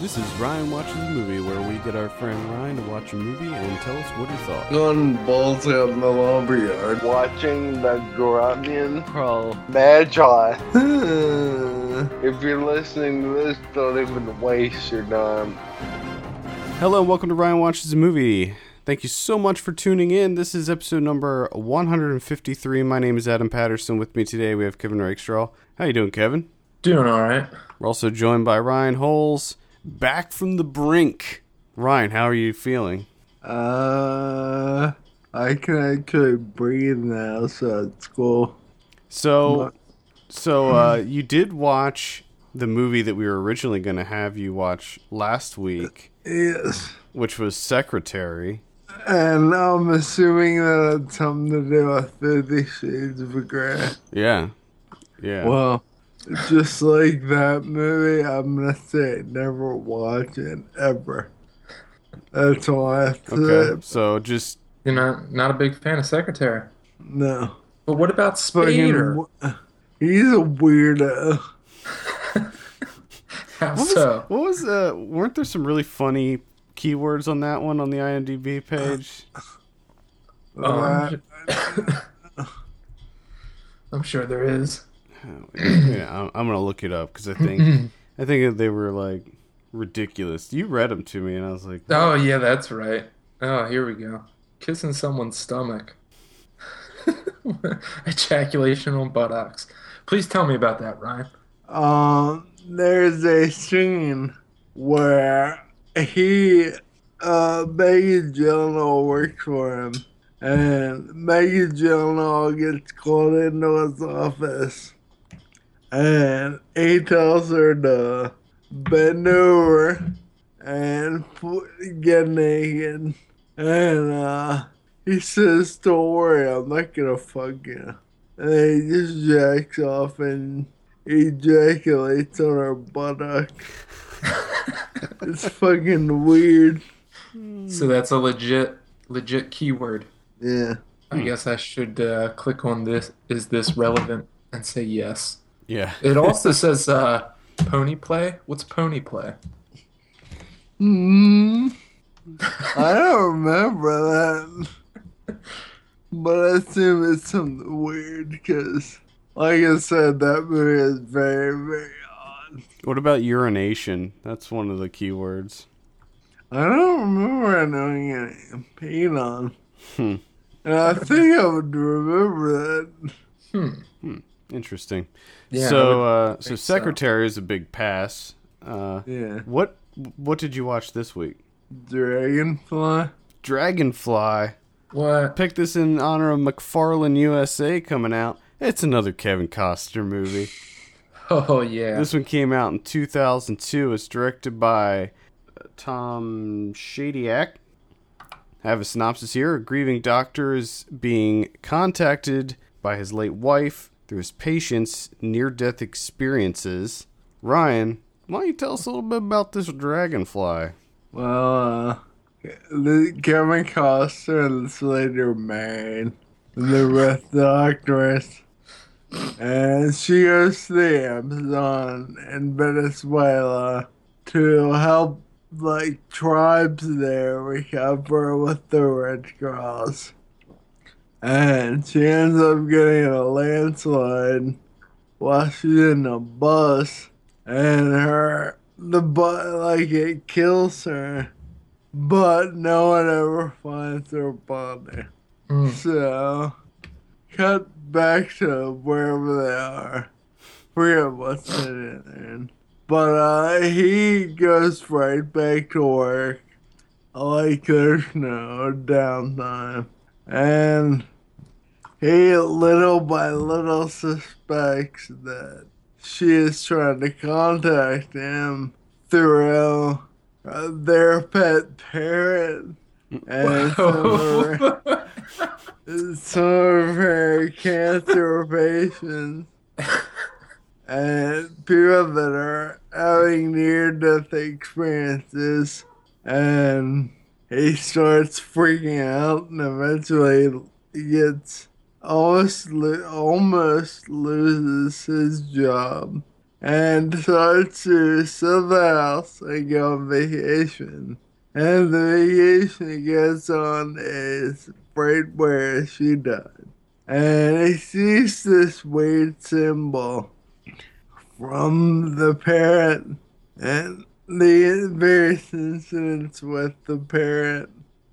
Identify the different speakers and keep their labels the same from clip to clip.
Speaker 1: This is Ryan Watches a Movie, where we get our friend Ryan to watch a movie and tell us what he thought.
Speaker 2: Gun balls out in the lumber yard.
Speaker 3: watching the Grunion
Speaker 4: Pro.
Speaker 3: Magi. if you're listening to this, don't even waste your time.
Speaker 1: Hello, welcome to Ryan Watches a Movie. Thank you so much for tuning in. This is episode number 153. My name is Adam Patterson. With me today, we have Kevin Rakestraw. How you doing, Kevin?
Speaker 2: Doing all right.
Speaker 1: We're also joined by Ryan Holes, back from the brink. Ryan, how are you feeling?
Speaker 2: Uh, I can actually breathe now, so it's cool.
Speaker 1: So, so uh, you did watch the movie that we were originally going to have you watch last week,
Speaker 2: Yes.
Speaker 1: which was Secretary.
Speaker 2: And I'm assuming that it's something to do with Fifty Shades of Grey.
Speaker 1: Yeah, yeah.
Speaker 2: Well, just like that movie, I'm gonna say never watch it ever. That's all I have to
Speaker 1: Okay,
Speaker 2: say.
Speaker 1: so just
Speaker 5: You're not not a big fan of Secretary.
Speaker 2: No.
Speaker 5: But what about Spader?
Speaker 2: Fucking- He's a weirdo.
Speaker 5: How
Speaker 1: what was,
Speaker 5: so?
Speaker 1: what was uh, weren't there some really funny keywords on that one on the IMDb page?
Speaker 5: Oh, I'm,
Speaker 2: Uh,
Speaker 5: sure... I'm sure there is.
Speaker 1: yeah, I'm, I'm gonna look it up because I think I think they were like ridiculous. You read them to me, and I was like,
Speaker 5: Oh yeah, that's right. Oh, here we go. Kissing someone's stomach. Ejaculation on buttocks. Please tell me about that, Ryan.
Speaker 2: um, there's a scene where he, uh, Maggie Gyllenhaal works for him, and Maggie Gyllenhaal gets called into his office, and he tells her to bend over and f- get naked, and uh, he says, "Don't worry, I'm not gonna fuck you," and he just jacks off and. ejaculates on her buttock. it's fucking weird. Hmm.
Speaker 5: So that's a legit legit keyword.
Speaker 2: Yeah.
Speaker 5: I guess I should uh, click on this. Is this relevant? And say yes.
Speaker 1: yeah,
Speaker 5: It also says uh, pony play. What's pony play?
Speaker 2: Mm. I don't remember that. But I assume it's something weird because, like I said, that movie is very, very odd.
Speaker 1: What about urination? That's one of the keywords.
Speaker 2: I don't remember knowing any pain on.
Speaker 1: Hmm.
Speaker 2: And I think I would remember that.
Speaker 5: Hmm.
Speaker 1: Interesting.
Speaker 5: Yeah, I
Speaker 1: so, uh, so
Speaker 5: think so.
Speaker 1: secretary is a big pass. Uh,
Speaker 2: Yeah.
Speaker 1: what what did you watch this week?
Speaker 2: Dragonfly.
Speaker 1: Dragonfly.
Speaker 5: What?
Speaker 1: Pick this in honor of McFarlane USA coming out. It's another Kevin Costner movie.
Speaker 5: Oh yeah.
Speaker 1: This one came out in 2002. It's directed by uh, Tom Shadyac. I have a synopsis here. A grieving doctor is being contacted by his late wife through his patient's near death experiences. Ryan, why don't you tell us a little bit about this dragonfly?
Speaker 2: Well, uh, the Kevin Costner and this lady are married. And they're with the actress. And she goes to the Amazon in Venezuela to help, like, tribes there recover with the Red Cross. And she ends up getting in a landslide while she's in a bus. And her the but like it kills her, but no one ever finds her body.
Speaker 5: Hmm.
Speaker 2: So, cut back to wherever they are. Forget what's in it. And, but uh, he goes right back to work. Like there's no downtime. And he little by little suspects that she is trying to contact him through uh, their pet parrot. And so some of her cancer patients and people that are having near death experiences and he starts freaking out and eventually he gets almost lo- almost loses his job and decides to sell the house and go on vacation. And the vacation he goes on is right where she died. And he sees this weird symbol from the parent and the various incidents with the parent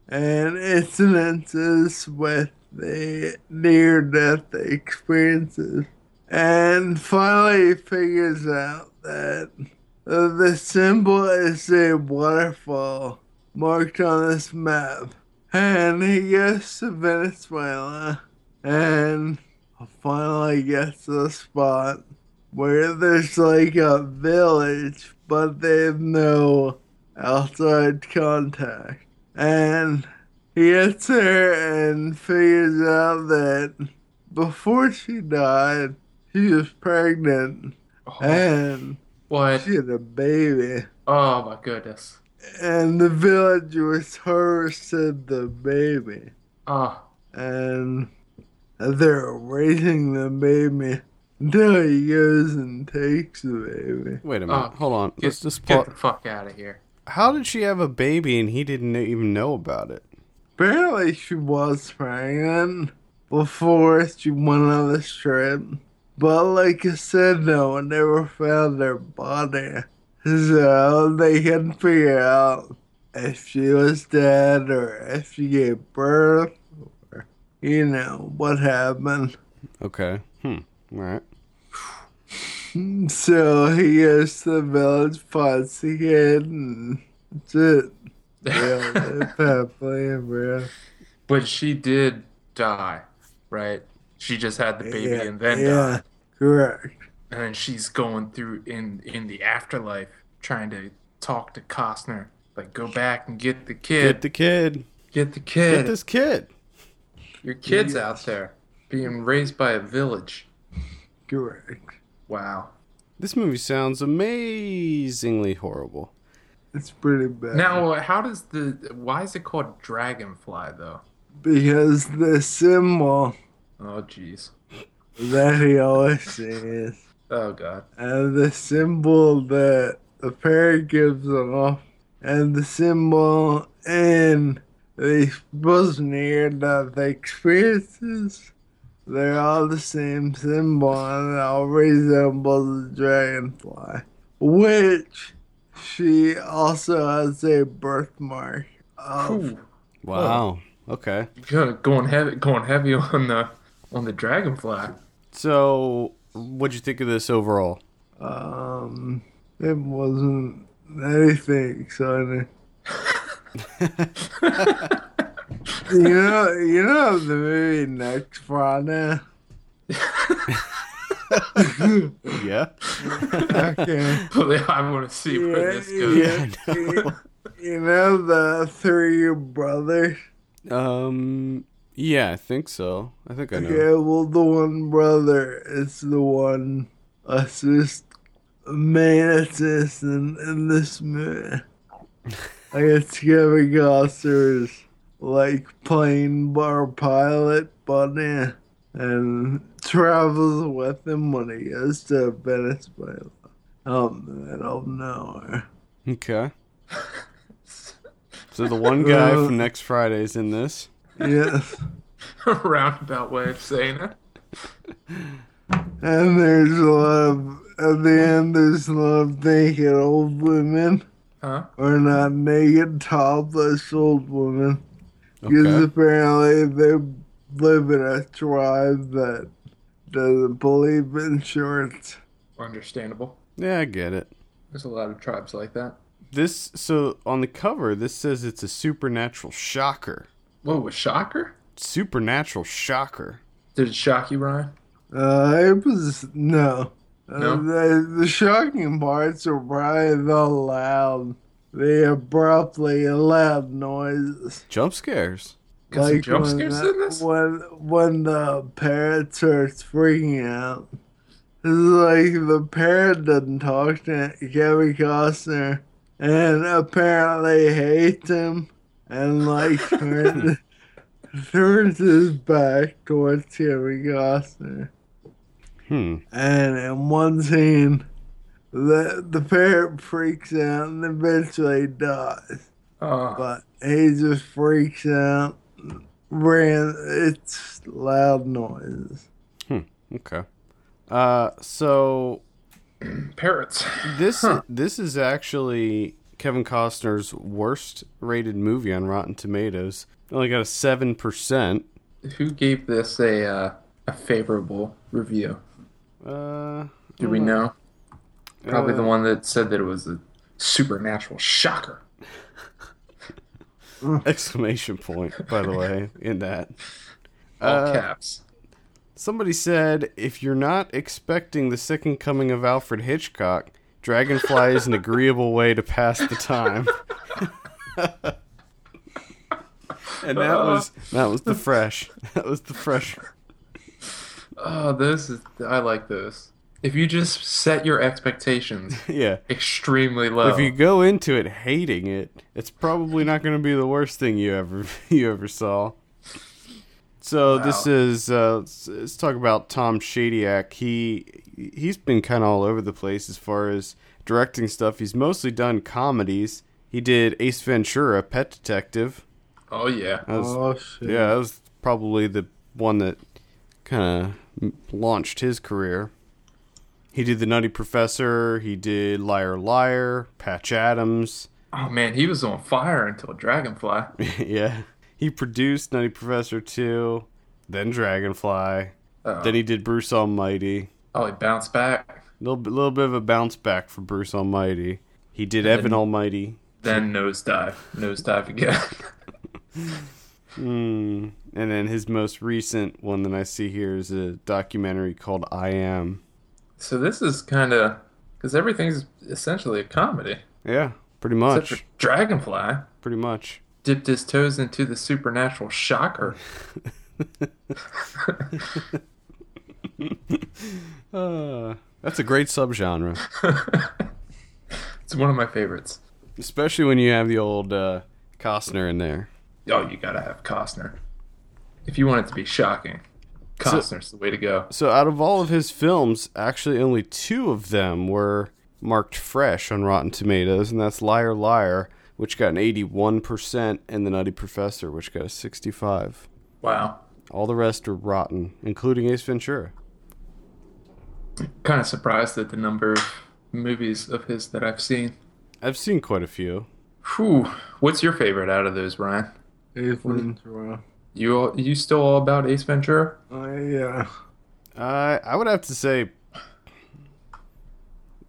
Speaker 2: and incidences with the near death experiences. And finally figures out that uh, the symbol is a waterfall marked on this map. And he goes to Venezuela and finally gets to the spot where there's like a village, but they have no outside contact. And he gets there and figures out that before she died, she was pregnant
Speaker 5: Oh,
Speaker 2: and
Speaker 5: what?
Speaker 2: she had a baby.
Speaker 5: Oh my goodness.
Speaker 2: And the village was hers to the baby.
Speaker 5: Oh,
Speaker 2: And they're raising the baby until he goes and takes the baby.
Speaker 1: Wait a minute.
Speaker 5: Oh,
Speaker 1: Hold on.
Speaker 5: get,
Speaker 1: Let's just pause.
Speaker 5: get the fuck out of here.
Speaker 1: How did she have a baby and he didn't even know about it?
Speaker 2: Apparently, she was pregnant before she went on this trip. But, like I said, no one ever found her body. So they couldn't figure out if she was dead or if she gave birth or, you know, what happened.
Speaker 1: Okay. Hmm. All right.
Speaker 2: So he goes to the village, finds the kid, and that's it. Yeah, happily ever after.
Speaker 5: But she did die, right? She just had the baby
Speaker 2: Yeah,
Speaker 5: and then
Speaker 2: yeah,
Speaker 5: died.
Speaker 2: correct.
Speaker 5: And then she's going through in in the afterlife trying to talk to Costner. Like go back and get the
Speaker 1: Get
Speaker 5: kid.
Speaker 1: the kid.
Speaker 5: Get the kid.
Speaker 1: Get this kid.
Speaker 5: Your kid's out there being raised by a village.
Speaker 2: Correct.
Speaker 5: Wow.
Speaker 1: This movie sounds amazingly horrible.
Speaker 2: It's pretty bad.
Speaker 5: Now, uh, how does the why is it called dragonfly though?
Speaker 2: because the symbol
Speaker 5: Oh jeez.
Speaker 2: that he always sees,
Speaker 5: Oh god.
Speaker 2: and the symbol that the parrot gives off, and the symbol in the Bosnia that the experiences, they're all the same symbol and it all resembles a dragonfly. Which she also has a birthmark of.
Speaker 5: Ooh,
Speaker 1: Wow. Okay.
Speaker 5: go- going heavy, going heavy on the on the dragonfly.
Speaker 1: So, what'd you think of this overall?
Speaker 2: Um, it wasn't anything exciting. you know, you know the movie next Friday.
Speaker 1: Yeah.
Speaker 2: Okay.
Speaker 5: I want to see where
Speaker 2: Yeah,
Speaker 5: this goes.
Speaker 2: yeah. you know the three brothers.
Speaker 1: Um. Yeah, I think so. I think I know.
Speaker 2: Okay, well the one brother is the one assist main assistant in this movie. I guess Kevin Costner's like plane bar pilot, but yeah, and travels with him when he goes to Venezuela. Um, I don't know.
Speaker 1: Okay. So the one guy
Speaker 2: Uh,
Speaker 1: from next Friday's in this.
Speaker 2: Yes.
Speaker 5: A roundabout way of saying it.
Speaker 2: And there's a lot of, at the end, there's a lot of naked old women,
Speaker 5: Huh?
Speaker 2: or not naked, topless old women. Because
Speaker 1: Okay.
Speaker 2: apparently they live in a tribe that doesn't believe in shorts.
Speaker 5: Understandable.
Speaker 1: Yeah, I get it.
Speaker 5: There's a lot of tribes like that.
Speaker 1: This so on the cover this says it's a supernatural shocker.
Speaker 5: Whoa, a shocker?
Speaker 1: Supernatural shocker.
Speaker 5: Did it shock you, Ryan?
Speaker 2: Uh, it was, no.
Speaker 5: No?
Speaker 2: Uh, the, the shocking parts are probably the loud, the abruptly loud noises.
Speaker 1: Jump scares.
Speaker 5: Got some jump
Speaker 2: when
Speaker 5: scares
Speaker 2: the-
Speaker 5: in this?
Speaker 2: When when the parrot starts freaking out, it's like the parrot doesn't talk to Kevin Costner, and apparently hates him, and like turns, turns his back towards Kevin Costner.
Speaker 1: Hmm.
Speaker 2: And in one scene, the the parrot freaks out and eventually dies.
Speaker 5: Oh,
Speaker 2: But he just freaks out. Ran. It's loud noise.
Speaker 1: Okay. Uh, so
Speaker 5: parrots.
Speaker 1: this this is actually Kevin Costner's worst rated movie on Rotten Tomatoes. It Only got a seven percent.
Speaker 5: Who gave this a uh, a favorable review?
Speaker 1: Uh,
Speaker 5: Do we know? Probably the
Speaker 1: Uh,
Speaker 5: one that said that it was a supernatural shocker.
Speaker 1: exclamation point! By the way, in that
Speaker 5: All
Speaker 1: Uh,
Speaker 5: caps.
Speaker 1: somebody said, if you're not expecting the second coming of Alfred Hitchcock, Dragonfly is an agreeable way to pass the time. and that was that was the fresh. That was the fresh.
Speaker 5: Oh, those is, I like those. If you just set your expectations
Speaker 1: Yeah.
Speaker 5: extremely low,
Speaker 1: If you go into it hating it, it's probably not going to be the worst thing you ever you ever saw. So this
Speaker 5: Wow.
Speaker 1: is uh, let's, let's talk about Tom Shadyac. He he's been kind of all over the place as far as directing stuff. He's mostly done comedies. He did Ace Ventura, Pet Detective.
Speaker 5: oh yeah,
Speaker 1: That was,
Speaker 2: Oh shit!
Speaker 1: Yeah, that was probably the one that kind of launched his career. He did The Nutty Professor. He did Liar Liar, Patch Adams.
Speaker 5: oh man, he was on fire until Dragonfly.
Speaker 1: yeah. He produced Nutty Professor 2, then Dragonfly.
Speaker 5: Oh.
Speaker 1: Then he did Bruce Almighty.
Speaker 5: Oh, he bounced back.
Speaker 1: A little, little bit of a bounce back for Bruce Almighty. He did Evan Almighty.
Speaker 5: Then nosedive, nosedive again.
Speaker 1: Mm. And then his most recent one that I see here is a documentary called I Am.
Speaker 5: so this is kind of because everything's essentially a comedy.
Speaker 1: Yeah, pretty
Speaker 5: Except for
Speaker 1: much.
Speaker 5: Dragonfly
Speaker 1: Pretty much.
Speaker 5: dipped his toes into the supernatural shocker.
Speaker 1: Uh, that's a great subgenre,
Speaker 5: It's one of my favorites.
Speaker 1: especially when you have the old uh, Costner in there.
Speaker 5: Oh, you gotta have Costner. If you want it to be shocking, Costner's the way to go.
Speaker 1: So, out of all of his films, actually only two of them were marked fresh on Rotten Tomatoes, and that's Liar Liar, which got an 81%, and The Nutty Professor, which got a 65.
Speaker 5: Wow.
Speaker 1: All the rest are rotten, including Ace Ventura.
Speaker 5: Kind of surprised at the number of movies of his that I've seen.
Speaker 1: I've seen quite a few.
Speaker 5: Whew. What's your favorite out of those, Ryan?
Speaker 2: Ethan's wrong.
Speaker 5: You all, you still all about Ace Ventura?
Speaker 2: Oh yeah.
Speaker 1: Uh, I would have to say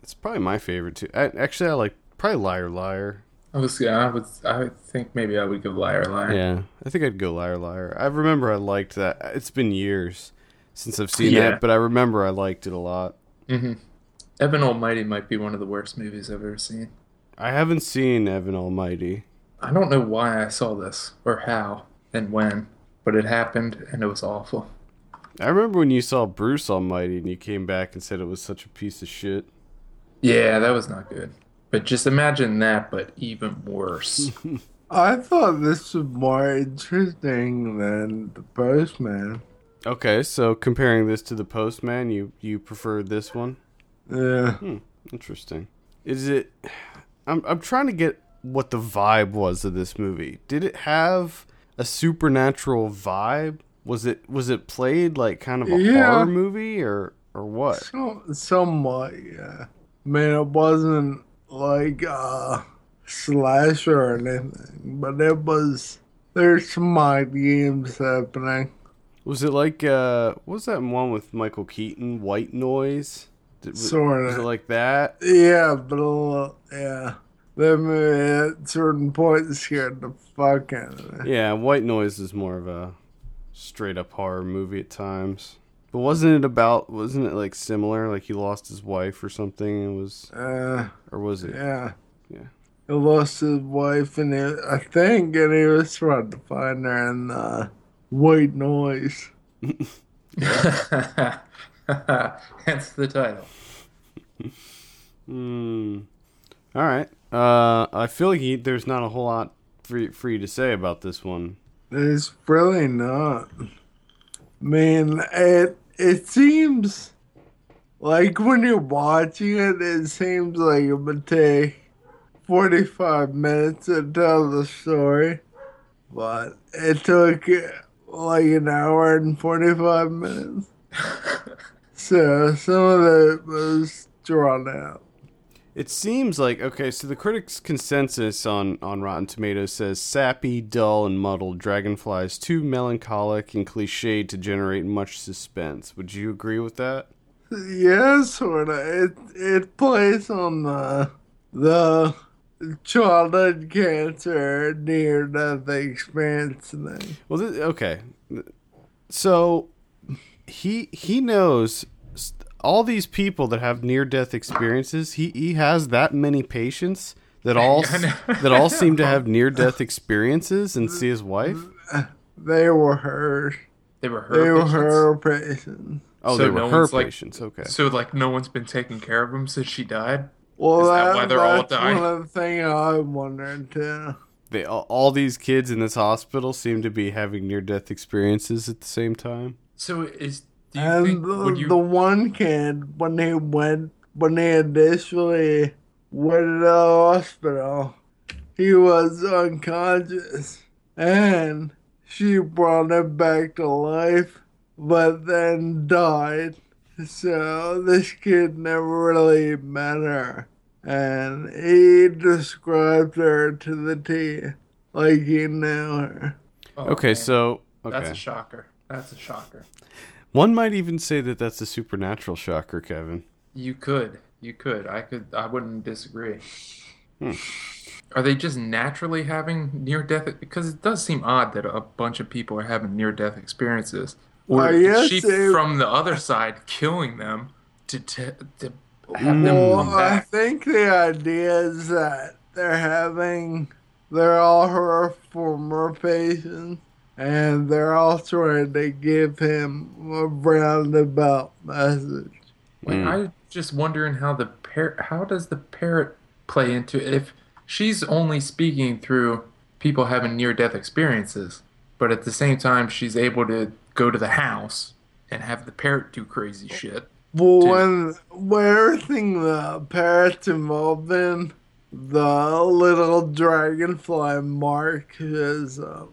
Speaker 1: it's probably my favorite too. I, actually, I like probably Liar Liar.
Speaker 5: I was I was I think maybe I would go Liar Liar.
Speaker 1: Yeah, I think I'd go liar liar. I remember I liked that. It's been years since I've seen
Speaker 5: Yeah.
Speaker 1: that, but I remember I liked it a lot.
Speaker 5: Mm-hmm. Evan Almighty might be one of the worst movies I've ever seen.
Speaker 1: I haven't seen Evan Almighty.
Speaker 5: I don't know why I saw this or how and when, but it happened and it was awful.
Speaker 1: I remember when you saw Bruce Almighty and you came back and said it was such a piece of shit.
Speaker 5: Yeah, that was not good. But just imagine that, but even worse.
Speaker 2: I thought this was more interesting than the postman.
Speaker 1: Okay, so comparing this to the Postman, you you prefer this one?
Speaker 2: Yeah.
Speaker 1: Interesting. Is it? I'm I'm trying to get what the vibe was of this movie. Did it have a supernatural vibe? Was it was it played like kind of a
Speaker 2: Yeah.
Speaker 1: horror movie or or what?
Speaker 2: So, somewhat, yeah. I mean, it wasn't like a slasher or anything, but it was. There's some mind games happening.
Speaker 1: Was it like uh what was that one with Michael Keaton, White Noise? Did, was,
Speaker 2: Sorta.
Speaker 1: was it like that?
Speaker 2: Yeah, but a little, yeah. That movie at certain point scared the fuck out of me.
Speaker 1: Yeah, White Noise is more of a straight up horror movie at times. But wasn't it about wasn't it like similar like he lost his wife or something and was
Speaker 2: Uh,
Speaker 1: or was it
Speaker 2: yeah.
Speaker 1: Yeah.
Speaker 2: He lost his wife, and he, I think, and he was trying to find her in the white noise.
Speaker 5: Hence the title.
Speaker 1: Hmm. All right. Uh, I feel like you, there's not a whole lot for, y- for you to say about this one.
Speaker 2: It's really not. Man, it it seems Like when you're watching it, it seems like it would take 45 minutes to tell the story, but it took like an hour and 45 minutes. so some of it was drawn out.
Speaker 1: It seems like okay. So the critics' consensus on on Rotten Tomatoes says sappy, dull, and muddled. Dragonfly is too melancholic and cliched to generate much suspense. Would you agree with that?
Speaker 2: Yeah, sort of. It it plays on the the childhood cancer near death experience thing.
Speaker 1: Well, this, okay. So he he knows all these people that have near death experiences. He he has that many patients that all that all seem to have near death experiences and see his wife.
Speaker 2: They were her.
Speaker 5: They were her.
Speaker 2: They were
Speaker 5: patients.
Speaker 2: her patients.
Speaker 1: Oh,
Speaker 5: So
Speaker 1: they were
Speaker 5: no
Speaker 1: her
Speaker 5: one's, like-
Speaker 1: patients. okay.
Speaker 5: So like no one's been taking care of him since she died.
Speaker 2: Well,
Speaker 5: Is that why they're all
Speaker 2: that's
Speaker 5: dying?
Speaker 2: one thing I wondered too.
Speaker 1: they all, all these kids in this hospital seem to be having near death experiences at the same time.
Speaker 5: So is do you
Speaker 2: And
Speaker 5: think
Speaker 2: the,
Speaker 5: would you
Speaker 2: the one kid when he went when he initially went to the hospital, he was unconscious, and she brought him back to life, but then died. So this kid never really met her, and he described her to the T, like he knew her.
Speaker 5: Oh,
Speaker 1: Okay,
Speaker 5: man.
Speaker 1: so
Speaker 5: that's
Speaker 1: okay.
Speaker 5: a shocker. That's a shocker.
Speaker 1: One might even say that that's a supernatural shocker, Kevin.
Speaker 5: You could. You could. I could. I wouldn't disagree. Are they just naturally having near death? Because it does seem odd that a bunch of people are having near death experiences. Or
Speaker 2: Uh,
Speaker 5: is
Speaker 2: yes,
Speaker 5: she
Speaker 2: it-
Speaker 5: from the other side killing them to t- to have them
Speaker 2: Well,
Speaker 5: come
Speaker 2: I
Speaker 5: back.
Speaker 2: think the idea is that they're having, they're all her former patients, and they're all trying to give him a roundabout message.
Speaker 5: Like, I'm just wondering how the par- how does the parrot play into it? if she's only speaking through people having near death experiences, but at the same time she's able to go to the house and have the parrot do crazy shit.
Speaker 2: Well,
Speaker 5: Dude.
Speaker 2: when where thing the parrot's involved in, the little dragonfly mark is up,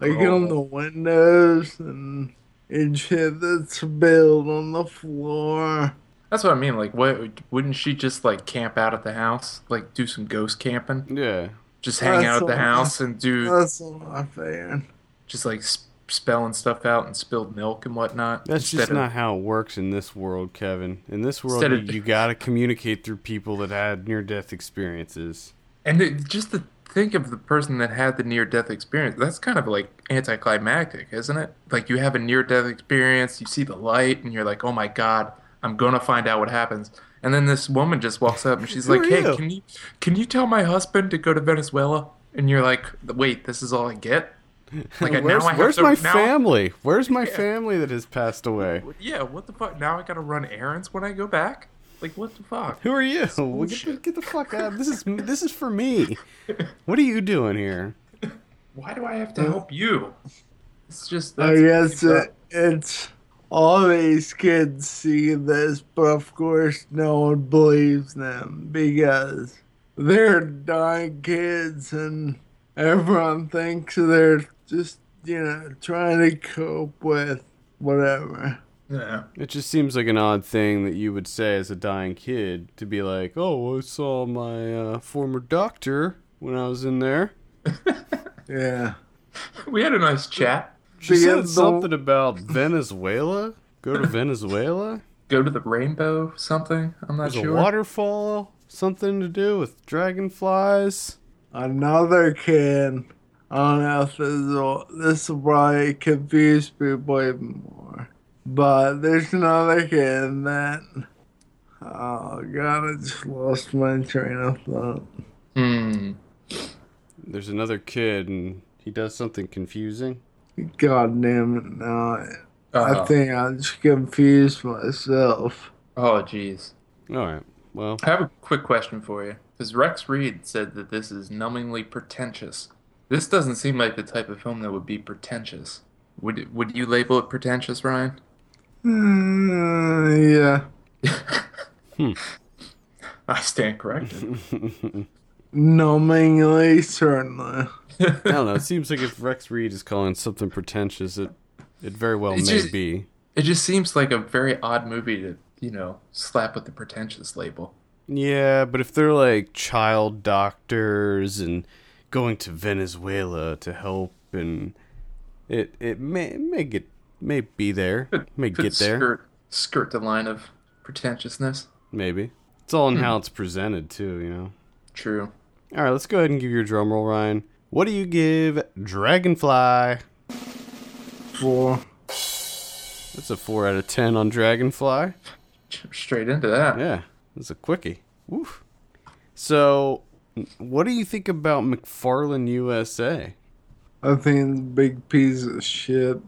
Speaker 2: like
Speaker 5: Oh.
Speaker 2: on the windows and and shit that's spilled on the floor.
Speaker 5: That's what I mean. Like, what wouldn't she just like camp out at the house, like do some ghost camping,
Speaker 1: Yeah.
Speaker 5: just hang
Speaker 2: That's
Speaker 5: out at the
Speaker 2: all-
Speaker 5: house and do
Speaker 2: That's what I'm saying.
Speaker 5: just like sp- spelling stuff out and spilled milk and whatnot.
Speaker 1: That's
Speaker 5: instead
Speaker 1: just
Speaker 5: of-
Speaker 1: not how it works in this world, Kevin. In this world,
Speaker 5: Instead of-
Speaker 1: you, you got to communicate through people that had near death experiences.
Speaker 5: And it, just to think of the person that had the near death experience, that's kind of like anticlimactic, isn't it? Like you have a near death experience, you see the light, and you're like, oh my God, I'm going to find out what happens. And then this woman just walks up and she's
Speaker 1: Who
Speaker 5: like,
Speaker 1: are
Speaker 5: hey,
Speaker 1: you?
Speaker 5: can you, can you tell my husband to go to Venezuela? And you're like, wait, this is all I get? Like,
Speaker 1: Where's,
Speaker 5: now I have
Speaker 1: where's
Speaker 5: to-
Speaker 1: my
Speaker 5: now-
Speaker 1: family? Where's my family that has passed away?
Speaker 5: Yeah, what the fuck? Now I got to run errands when I go back? Like, what the fuck?
Speaker 1: Who are you? Well, get, the,
Speaker 5: bullshit.
Speaker 1: get the fuck out. This is this is for me. What are you doing here?
Speaker 5: Why do I have to help you? It's just.
Speaker 2: I
Speaker 1: Oh,
Speaker 2: guess
Speaker 5: that's-
Speaker 2: it, it's all these kids see this, but of course no one believes them because they're dying kids and everyone thinks they're just, you know, trying to cope with whatever.
Speaker 5: Yeah.
Speaker 1: It just seems like an odd thing that you would say as a dying kid to be like, "Oh, I saw my uh, former doctor when I was in there.
Speaker 2: Yeah.
Speaker 5: We had a nice chat.
Speaker 1: She
Speaker 2: Yeah,
Speaker 1: said
Speaker 2: the-
Speaker 1: something about Venezuela. Go to Venezuela.
Speaker 5: Go to the rainbow, something. I'm not
Speaker 1: There's a
Speaker 5: sure.
Speaker 1: waterfall. Something to do with dragonflies.
Speaker 2: Another kid, I don't know if this will, this will probably confuse people even more. But there's another kid that. Oh, God, I just lost my train of thought.
Speaker 5: Hmm.
Speaker 1: There's another kid, and he does something confusing.
Speaker 2: God damn it. No, I, I
Speaker 5: Uh,
Speaker 2: think I just confused myself.
Speaker 5: oh, jeez.
Speaker 1: All right. Well,
Speaker 5: I have a quick question for you. Because Rex Reed said that this is numbingly pretentious. This doesn't seem like the type of film that would be pretentious. Would would you label it pretentious, Ryan?
Speaker 2: Mm, yeah.
Speaker 1: Hmm.
Speaker 5: I stand corrected.
Speaker 2: Numbingly, certainly.
Speaker 1: I don't know. It seems like if Rex Reed is calling something pretentious, it it very well
Speaker 5: It's
Speaker 1: may
Speaker 5: just-
Speaker 1: be.
Speaker 5: It just seems like a very odd movie to, you know, slap with the pretentious label.
Speaker 1: Yeah, but if they're like child doctors and going to Venezuela to help, and it it may it may get may be there, may
Speaker 5: Could
Speaker 1: get there,
Speaker 5: Skirt, skirt the line of pretentiousness.
Speaker 1: maybe. It's all in
Speaker 5: Hmm.
Speaker 1: how it's presented too, you know.
Speaker 5: True.
Speaker 1: All right, let's go ahead and give your drum roll, Ryan. What do you give Dragonfly?
Speaker 2: Four.
Speaker 1: That's a four out of ten on Dragonfly.
Speaker 5: Straight into that.
Speaker 1: Yeah, that's a quickie. Woof. So, what do you think about McFarlane USA?
Speaker 2: I think it's a big piece of shit.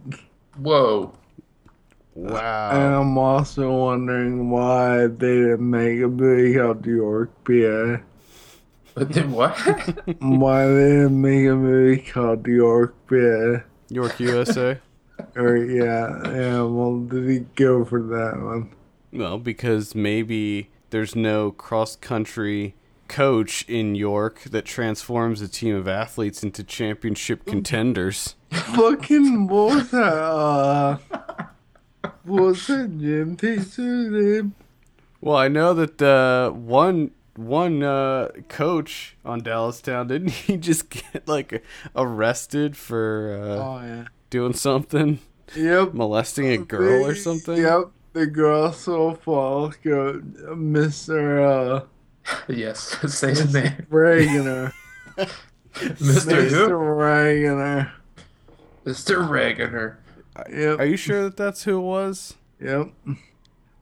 Speaker 5: Whoa.
Speaker 1: Wow.
Speaker 2: And I'm also wondering why they didn't make a movie called York, PA.
Speaker 5: But then what?
Speaker 2: why they didn't make a movie called York, PA.
Speaker 1: York USA?
Speaker 2: Or, yeah, yeah, well, did he go for that one?
Speaker 1: Well, because maybe there's no cross country coach in York that transforms a team of athletes into championship contenders.
Speaker 2: fucking what a uh, what's a gym teacher name?
Speaker 1: Well, I know that uh, one one uh, coach on Dallas Town didn't he just get like arrested for uh,
Speaker 2: Oh yeah.
Speaker 1: doing something,
Speaker 2: Yep.
Speaker 1: molesting a girl or something?
Speaker 2: Yep. The girl so fall go Mr. Uh
Speaker 5: yes, say his name.
Speaker 2: Reaganer.
Speaker 5: Mr. Who?
Speaker 2: Reaganer.
Speaker 5: Mr. Reganer.
Speaker 2: Yep.
Speaker 1: Are you sure that that's who it was?
Speaker 2: Yep.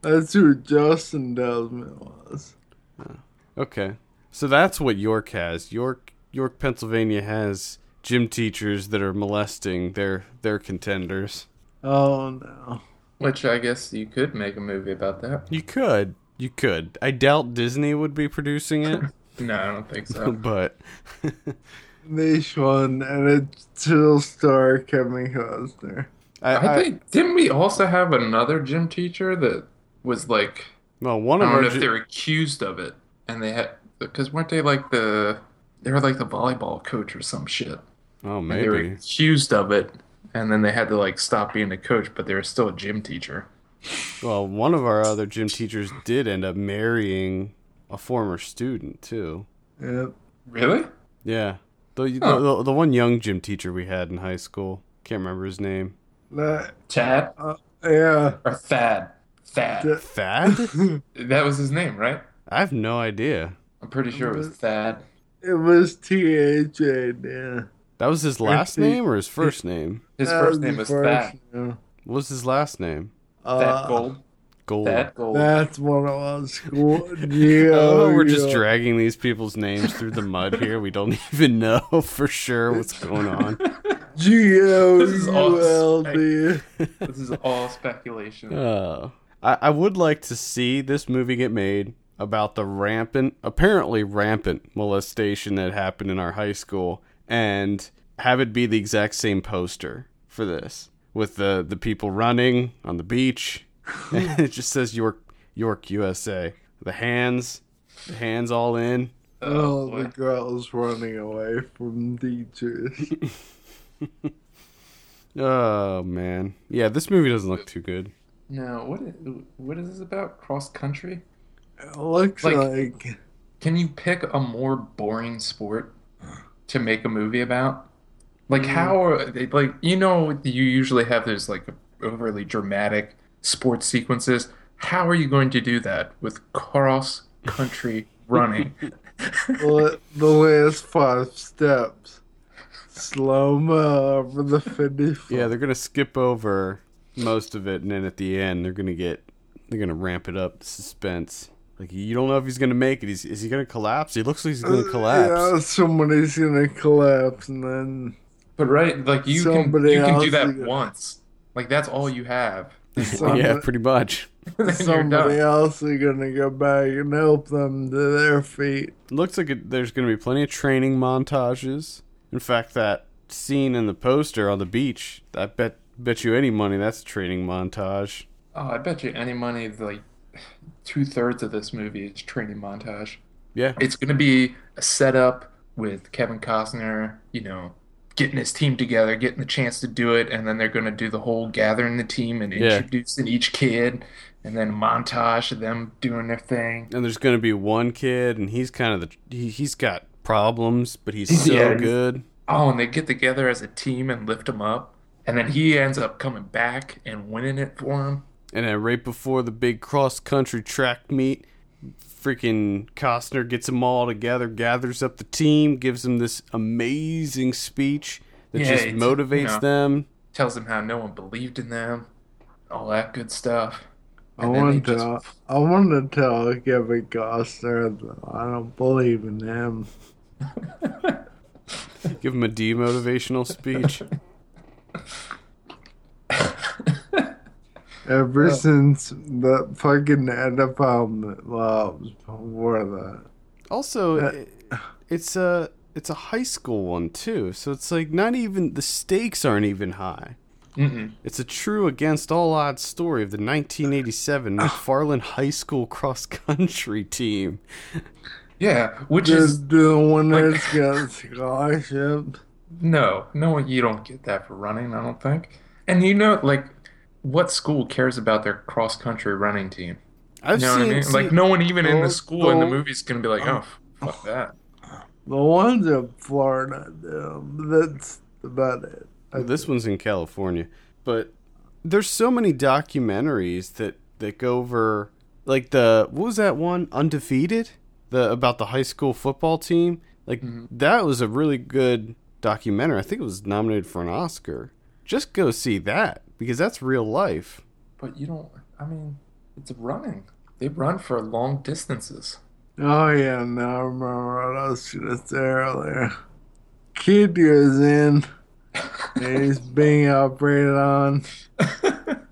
Speaker 2: That's who Justin Desmond was.
Speaker 1: Okay. So that's what York has. York York, Pennsylvania has gym teachers that are molesting their their contenders.
Speaker 2: Oh no.
Speaker 5: Which I guess you could make a movie about that.
Speaker 1: You could. You could. I doubt Disney would be producing it,
Speaker 5: No, I don't think so.
Speaker 1: but
Speaker 2: This one and it's still star Kevin Costner.
Speaker 1: I,
Speaker 5: I
Speaker 1: I-
Speaker 5: think didn't we also have another gym teacher that was like
Speaker 1: well, one
Speaker 5: I
Speaker 1: of
Speaker 5: don't
Speaker 1: our
Speaker 5: know if
Speaker 1: gy-
Speaker 5: they're accused of it and they had because weren't they like the they were like the volleyball coach or some shit.
Speaker 1: Oh,
Speaker 5: And They were
Speaker 1: maybe.
Speaker 5: accused of it and then they had to like stop being a coach, but they were still a gym teacher.
Speaker 1: Well, one of our other gym teachers did end up marrying a former student too.
Speaker 2: Yep.
Speaker 5: Really?
Speaker 1: Yeah. The the,
Speaker 5: Huh.
Speaker 1: the, the one young gym teacher we had in high school. Can't remember his name.
Speaker 2: That
Speaker 5: Tad
Speaker 2: yeah.
Speaker 5: or Thad? Thad.
Speaker 1: Thad?
Speaker 5: That was his name, right?
Speaker 1: I have no idea.
Speaker 5: I'm pretty sure it was Thad.
Speaker 2: It was T H A. Yeah.
Speaker 1: That was his last
Speaker 2: Actually,
Speaker 1: name or his first name?
Speaker 5: His
Speaker 2: That
Speaker 5: first name was
Speaker 2: the
Speaker 5: Thad.
Speaker 2: first name.
Speaker 1: What was his last name?
Speaker 5: Thad
Speaker 2: Uh,
Speaker 5: Gold.
Speaker 1: Gold.
Speaker 5: Thad Gold.
Speaker 2: That's one of us.
Speaker 1: Oh,
Speaker 2: Oh,
Speaker 1: we're just dragging these people's names through the mud here. We don't even know for sure what's going on.
Speaker 2: G O
Speaker 5: This is all
Speaker 2: U L D.
Speaker 5: This is all speculation.
Speaker 1: Uh, I, I would like to see this movie get made about the rampant, apparently rampant molestation that happened in our high school, and have it be the exact same poster for this, with the the people running on the beach. and it just says York, York, USA. The hands, the hands all in.
Speaker 2: Oh,
Speaker 5: boy.
Speaker 2: the girls running away from teachers.
Speaker 1: Oh man, yeah, this movie doesn't look too good.
Speaker 5: No, what is, what is this about? Cross country?
Speaker 2: It looks
Speaker 5: Like-
Speaker 2: like,
Speaker 5: Can you pick a more boring sport to make a movie about?
Speaker 2: Mm.
Speaker 5: Like how are they like you know you usually have those like overly dramatic sports sequences. How are you going to do that with cross country running?
Speaker 2: li- the last five steps. Slow mo over the finish.
Speaker 1: Yeah, they're gonna skip over most of it, and then at the end, they're gonna get they're gonna ramp it up the suspense. Like you don't know if he's gonna make it. Is, is he gonna collapse? He looks like he's gonna collapse.
Speaker 2: Uh, Yeah, somebody's gonna collapse, and then
Speaker 5: but right, like you can
Speaker 2: Somebody
Speaker 5: you can do
Speaker 2: else
Speaker 5: that
Speaker 2: is gonna-
Speaker 5: once. Like that's all you have.
Speaker 1: Yeah,
Speaker 2: some-
Speaker 1: pretty much.
Speaker 5: Then you're
Speaker 2: somebody
Speaker 5: done.
Speaker 2: else is gonna go back and help them to their feet.
Speaker 1: Looks like it, there's gonna be plenty of training montages. In fact, that scene in the poster on the beach, I bet bet you any money that's a training montage.
Speaker 5: Oh, I bet you any money like two thirds of this movie is training montage.
Speaker 1: Yeah.
Speaker 5: It's gonna be a setup with Kevin Costner, you know, getting his team together, getting the chance to do it, and then they're gonna do the whole gathering the team and
Speaker 1: Yeah.
Speaker 5: introducing each kid, and then a montage of them doing their thing.
Speaker 1: And there's going to be one kid, and he's kind of the he, he's got problems, but he's so
Speaker 5: Yeah.
Speaker 1: good.
Speaker 5: Oh, and they get together as a team and lift him up, and then he ends up coming back and winning it for him.
Speaker 1: And then right before the big cross country track meet, freaking Costner gets them all together, gathers up the team, gives them this amazing speech that
Speaker 5: Yeah,
Speaker 1: just
Speaker 5: it's-
Speaker 1: motivates
Speaker 5: yeah.
Speaker 1: them.
Speaker 5: Tells them how no one believed in them, all that good stuff.
Speaker 2: I
Speaker 5: And then they
Speaker 2: want to.
Speaker 5: just-
Speaker 2: I want to tell Kevin Costner that I don't believe in him.
Speaker 1: Give them a demotivational speech.
Speaker 2: Ever since the fucking NFL loves before that.
Speaker 1: Also,
Speaker 2: Uh,
Speaker 1: it, it's a it's a high school one too, so it's like not even the stakes aren't even high.
Speaker 5: Mm-mm.
Speaker 1: It's a true against all odds story of the 1987 McFarland High School cross country team.
Speaker 5: Yeah, which is
Speaker 2: Just the one
Speaker 5: like-
Speaker 2: that's got scholarships.
Speaker 5: No, no, you don't get that for running, I don't think. And you know, like, what school cares about their cross country running team?
Speaker 1: I've
Speaker 5: You know what I
Speaker 1: seen,
Speaker 5: mean?
Speaker 1: seen-
Speaker 5: Like, no one even in the
Speaker 2: Well,
Speaker 5: school in the
Speaker 2: well,
Speaker 5: movie's gonna be like,
Speaker 1: Um,
Speaker 5: oh, fuck that.
Speaker 2: The ones in Florida, do, but that's about it.
Speaker 1: Well, Oh, this one's in California, but there's so many documentaries that that go over like the what was that one undefeated the about the high school football team like
Speaker 5: Mm-hmm.
Speaker 1: that was a really good documentary. I think it was nominated for an Oscar. Just go see that because that's real life.
Speaker 5: But you don't, I mean, it's running. They run for long distances.
Speaker 2: Oh yeah, now I remember what I was gonna say earlier. Kid goes in, and he's being operated on,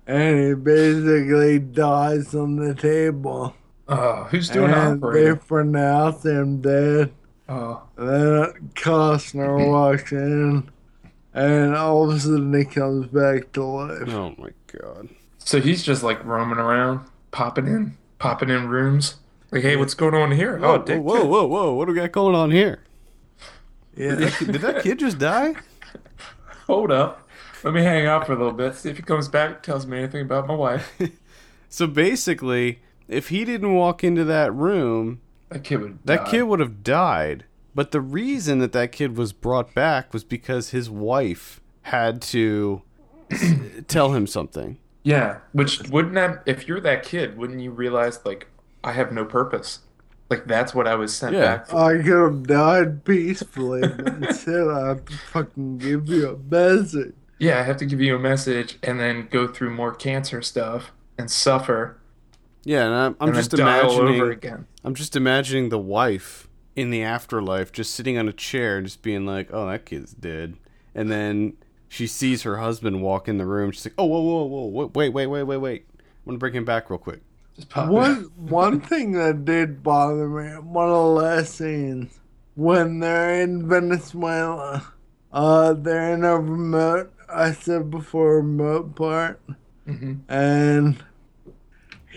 Speaker 2: and he basically dies on the table.
Speaker 5: Oh, who's doing
Speaker 2: And they
Speaker 5: operating?
Speaker 2: pronounce him dead.
Speaker 5: Oh,
Speaker 2: Then Costner walks in, and all of a sudden he comes back to life.
Speaker 1: Oh my god.
Speaker 5: so he's just like roaming around, popping in, popping in rooms. Like, hey, what's going on here? Oh,
Speaker 1: whoa,
Speaker 5: Dick.
Speaker 1: whoa, whoa, whoa! What do we got going on here?
Speaker 2: Yeah.
Speaker 1: Did that kid just die?
Speaker 5: Hold up. Let me hang out for a little bit, see if he comes back, tells me anything about my wife.
Speaker 1: So basically, if he didn't walk into that room,
Speaker 5: That kid would
Speaker 1: That
Speaker 5: die.
Speaker 1: kid would have died. But the reason that that kid was brought back was because his wife had to s- tell him something.
Speaker 5: Yeah, which wouldn't that if you're that kid, wouldn't you realize like I have no purpose? Like that's what I was sent
Speaker 1: Yeah.
Speaker 5: back for.
Speaker 2: I could have died peacefully, but instead I have to fucking give you a message.
Speaker 5: Yeah, I have to give you a message and then go through more cancer stuff and suffer
Speaker 1: Yeah, and I'm, I'm
Speaker 5: and
Speaker 1: just
Speaker 5: then die all over
Speaker 1: imagining.
Speaker 5: again.
Speaker 1: I'm just imagining the wife in the afterlife just sitting on a chair, and just being like, "Oh, that kid's dead," and then she sees her husband walk in the room. She's like, "Oh, whoa, whoa, whoa, whoa, wait, wait, wait, wait, wait! I'm gonna bring him back real quick."
Speaker 5: Just pop it.
Speaker 2: One one thing that did bother me, one of the last scenes, when they're in Venezuela, uh, they're in a remote. I said before remote part,
Speaker 5: Mhm.
Speaker 2: and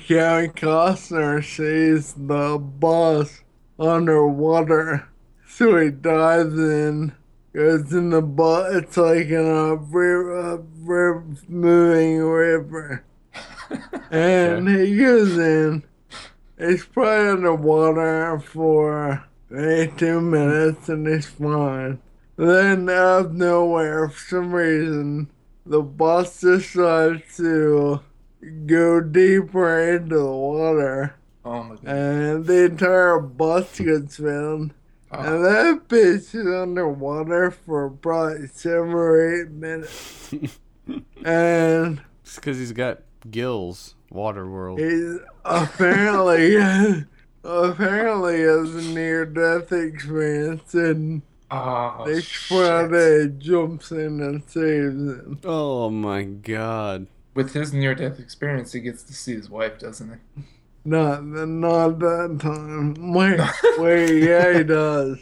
Speaker 2: Kevin Costner sees the bus underwater, so he dives in. Goes in the bus. It's like in a river, river moving river. And he goes in. He's probably underwater for 82 minutes and he's fine. Then, out of nowhere, for some reason, the boss decides to go deeper into the water.
Speaker 5: Oh my god.
Speaker 2: And the entire bus gets found.
Speaker 1: Uh,
Speaker 5: Oh,
Speaker 2: And that bitch is underwater for probably seven or eight minutes. and
Speaker 1: It's because he's got gills. Waterworld.
Speaker 2: He's apparently apparently has a near death experience and
Speaker 5: oh,
Speaker 2: they
Speaker 5: shit.
Speaker 2: Friday jumps in and saves him.
Speaker 1: Oh my god.
Speaker 5: With his near death experience he gets to see his wife, doesn't he?
Speaker 2: Not not that time. Wait, wait, yeah he does.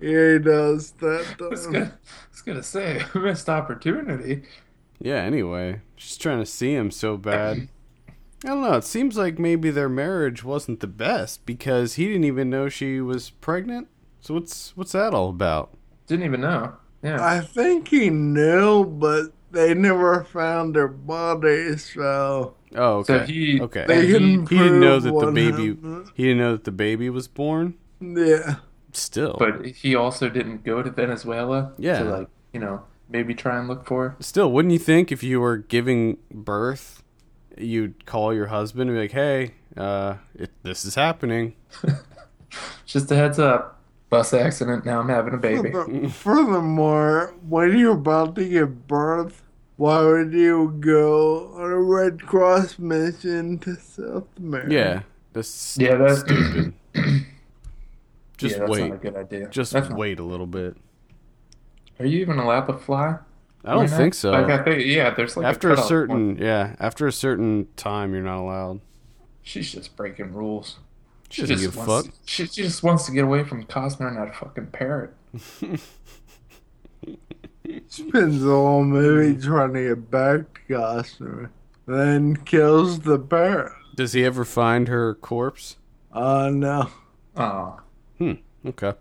Speaker 2: Yeah he does that
Speaker 5: I was
Speaker 2: time.
Speaker 5: gonna, I was gonna say missed opportunity.
Speaker 1: Yeah, anyway. She's trying to see him so bad. I don't know. It seems like maybe their marriage wasn't the best because he didn't even know she was pregnant. So what's what's that all about?
Speaker 5: Didn't even know. Yeah.
Speaker 2: I think he knew, but they never found her body, so
Speaker 1: Oh, okay.
Speaker 5: So he-
Speaker 1: okay.
Speaker 2: they
Speaker 5: he-
Speaker 2: couldn't
Speaker 1: he didn't know
Speaker 2: prove
Speaker 1: that the
Speaker 2: what
Speaker 1: baby
Speaker 2: happened.
Speaker 1: he didn't know that the baby was born.
Speaker 2: Yeah,
Speaker 1: Still,
Speaker 5: but he also didn't go to Venezuela.
Speaker 1: Yeah.
Speaker 5: To like you know maybe try and look for. her.
Speaker 1: still, wouldn't you think if you were giving birth, you'd call your husband and be like, "Hey, uh, it, this is happening."
Speaker 5: Just a heads up. Bus accident. Now I'm having a baby.
Speaker 2: Further- Furthermore, when you're about to give birth, why would you go on a Red Cross mission to South America?
Speaker 1: Yeah, that's
Speaker 5: Yeah, that's
Speaker 1: stupid. Just
Speaker 5: yeah, that's
Speaker 1: wait.
Speaker 5: not a good idea.
Speaker 1: Just
Speaker 5: That's not-
Speaker 1: wait a little bit.
Speaker 5: Are you even allowed to fly?
Speaker 1: I don't
Speaker 5: Right now?
Speaker 1: think so.
Speaker 5: Like I think, yeah, there's like
Speaker 1: after a
Speaker 5: cutoff point.
Speaker 1: certain yeah, after a certain time, you're not allowed.
Speaker 5: She's just breaking rules.
Speaker 1: She doesn't give a
Speaker 5: wants,
Speaker 1: fuck.
Speaker 5: She, she just wants to get away from Costner and that fucking parrot.
Speaker 2: Spends the whole movie trying to get back to Gossamer, then kills the bear.
Speaker 1: Does he ever find her corpse?
Speaker 2: Oh no.
Speaker 5: Oh,
Speaker 1: Okay.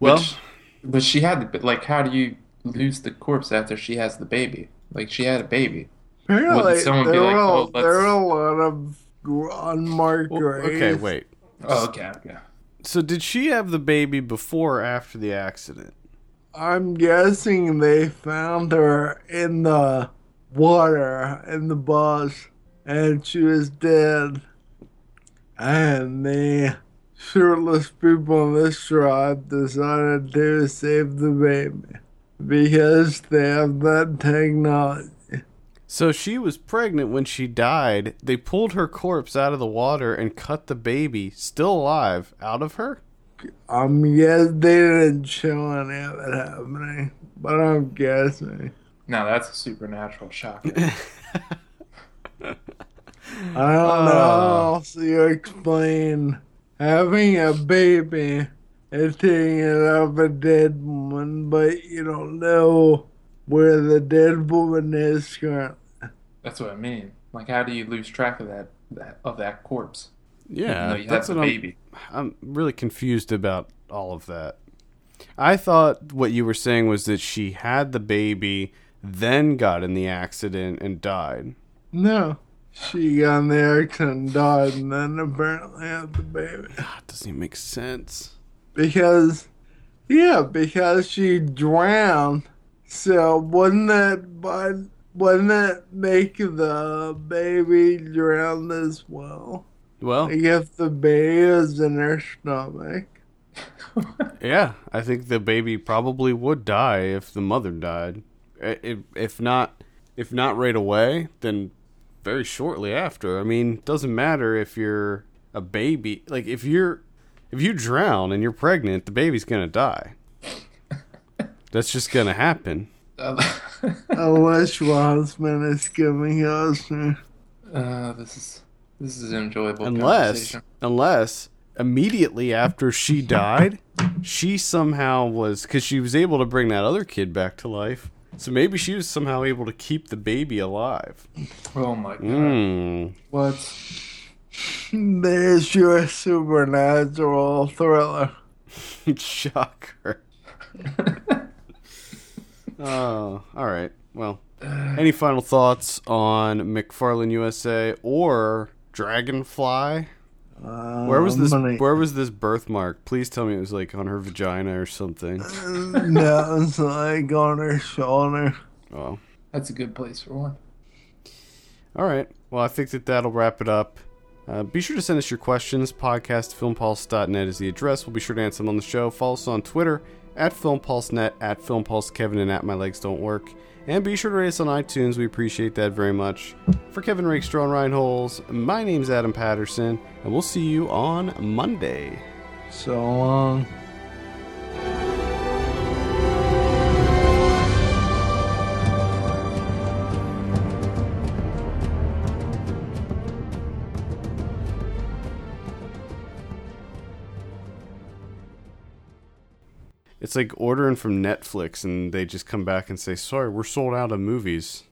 Speaker 1: Well,
Speaker 5: Which- but she had the but like. How do you lose the corpse after she has the baby? Like she had a baby.
Speaker 2: Apparently,
Speaker 5: someone be
Speaker 2: there,
Speaker 5: like,
Speaker 2: were,
Speaker 5: "Oh,
Speaker 2: there were
Speaker 5: let's-
Speaker 2: a lot of gr- unmarked
Speaker 1: well,
Speaker 2: graves.
Speaker 1: okay, wait.
Speaker 5: Oh, okay, okay.
Speaker 1: So did she have the baby before or after the accident?
Speaker 2: I'm guessing they found her in the water in the bus, and she was dead. And the shirtless people on this tribe decided to save the baby because they have that technology.
Speaker 1: So she was pregnant when she died. They pulled her corpse out of the water and cut the baby, still alive, out of her?
Speaker 2: I'm guess they didn't show any of it happening, but I'm guessing.
Speaker 5: Now that's a supernatural shock.
Speaker 2: I don't know
Speaker 1: Uh.
Speaker 2: how else you explain having a baby and taking it out of a dead woman, but you don't know where the dead woman is currently.
Speaker 5: that's what I mean. Like, how do you lose track of that, that of that corpse?
Speaker 1: Yeah,
Speaker 5: no, you
Speaker 1: that's
Speaker 5: have
Speaker 1: what
Speaker 5: the
Speaker 1: I'm,
Speaker 5: baby.
Speaker 1: I'm really confused about all of that. I thought what you were saying was that she had the baby, then got in the accident and died.
Speaker 2: No. She got in the accident and died, and then apparently had the baby.
Speaker 1: That Ah, doesn't even make sense.
Speaker 2: Because, yeah, because she drowned. So wouldn't that, but wouldn't that make the baby drown as well?
Speaker 1: Well,
Speaker 2: Like if the baby is in her stomach.
Speaker 1: yeah, I think the baby probably would die if the mother died. I- If, if not, if not right away, then very shortly after. I mean, it doesn't matter if you're a baby. Like if you're, if you drown and you're pregnant, the baby's gonna die. That's just gonna happen.
Speaker 5: Uh,
Speaker 2: Unless your husband is giving us.
Speaker 5: uh, this is this is an enjoyable.
Speaker 1: unless
Speaker 5: conversation.
Speaker 1: unless immediately after she died she somehow was because she was able to bring that other kid back to life so maybe she was somehow able to keep the baby alive
Speaker 5: Oh my god.
Speaker 1: mm.
Speaker 5: What?
Speaker 2: There's your supernatural thriller.
Speaker 1: shocker oh all right well any final thoughts on mcfarlane usa or dragonfly
Speaker 2: Uh,
Speaker 1: where was this
Speaker 2: I'm gonna-
Speaker 1: where was this birthmark please tell me it was like on her vagina or something
Speaker 2: no, it's like on her shoulder.
Speaker 1: oh
Speaker 5: That's a good place for one.
Speaker 1: All right. Well, I think that that'll wrap it up. Uh, be sure to send us your questions. Podcast filmpulse.net is the address. We'll be sure to answer them on the show. Follow us on Twitter at filmpulsenet, at filmpulsekevin, and at my legs don't work. And be sure to rate us on iTunes. We appreciate that very much. For Kevin Rakestraw and Ryan Holes, my name's Adam Patterson, and we'll see you on Monday.
Speaker 2: So long.
Speaker 1: It's like ordering from Netflix, and they just come back and say, "Sorry, we're sold out of movies."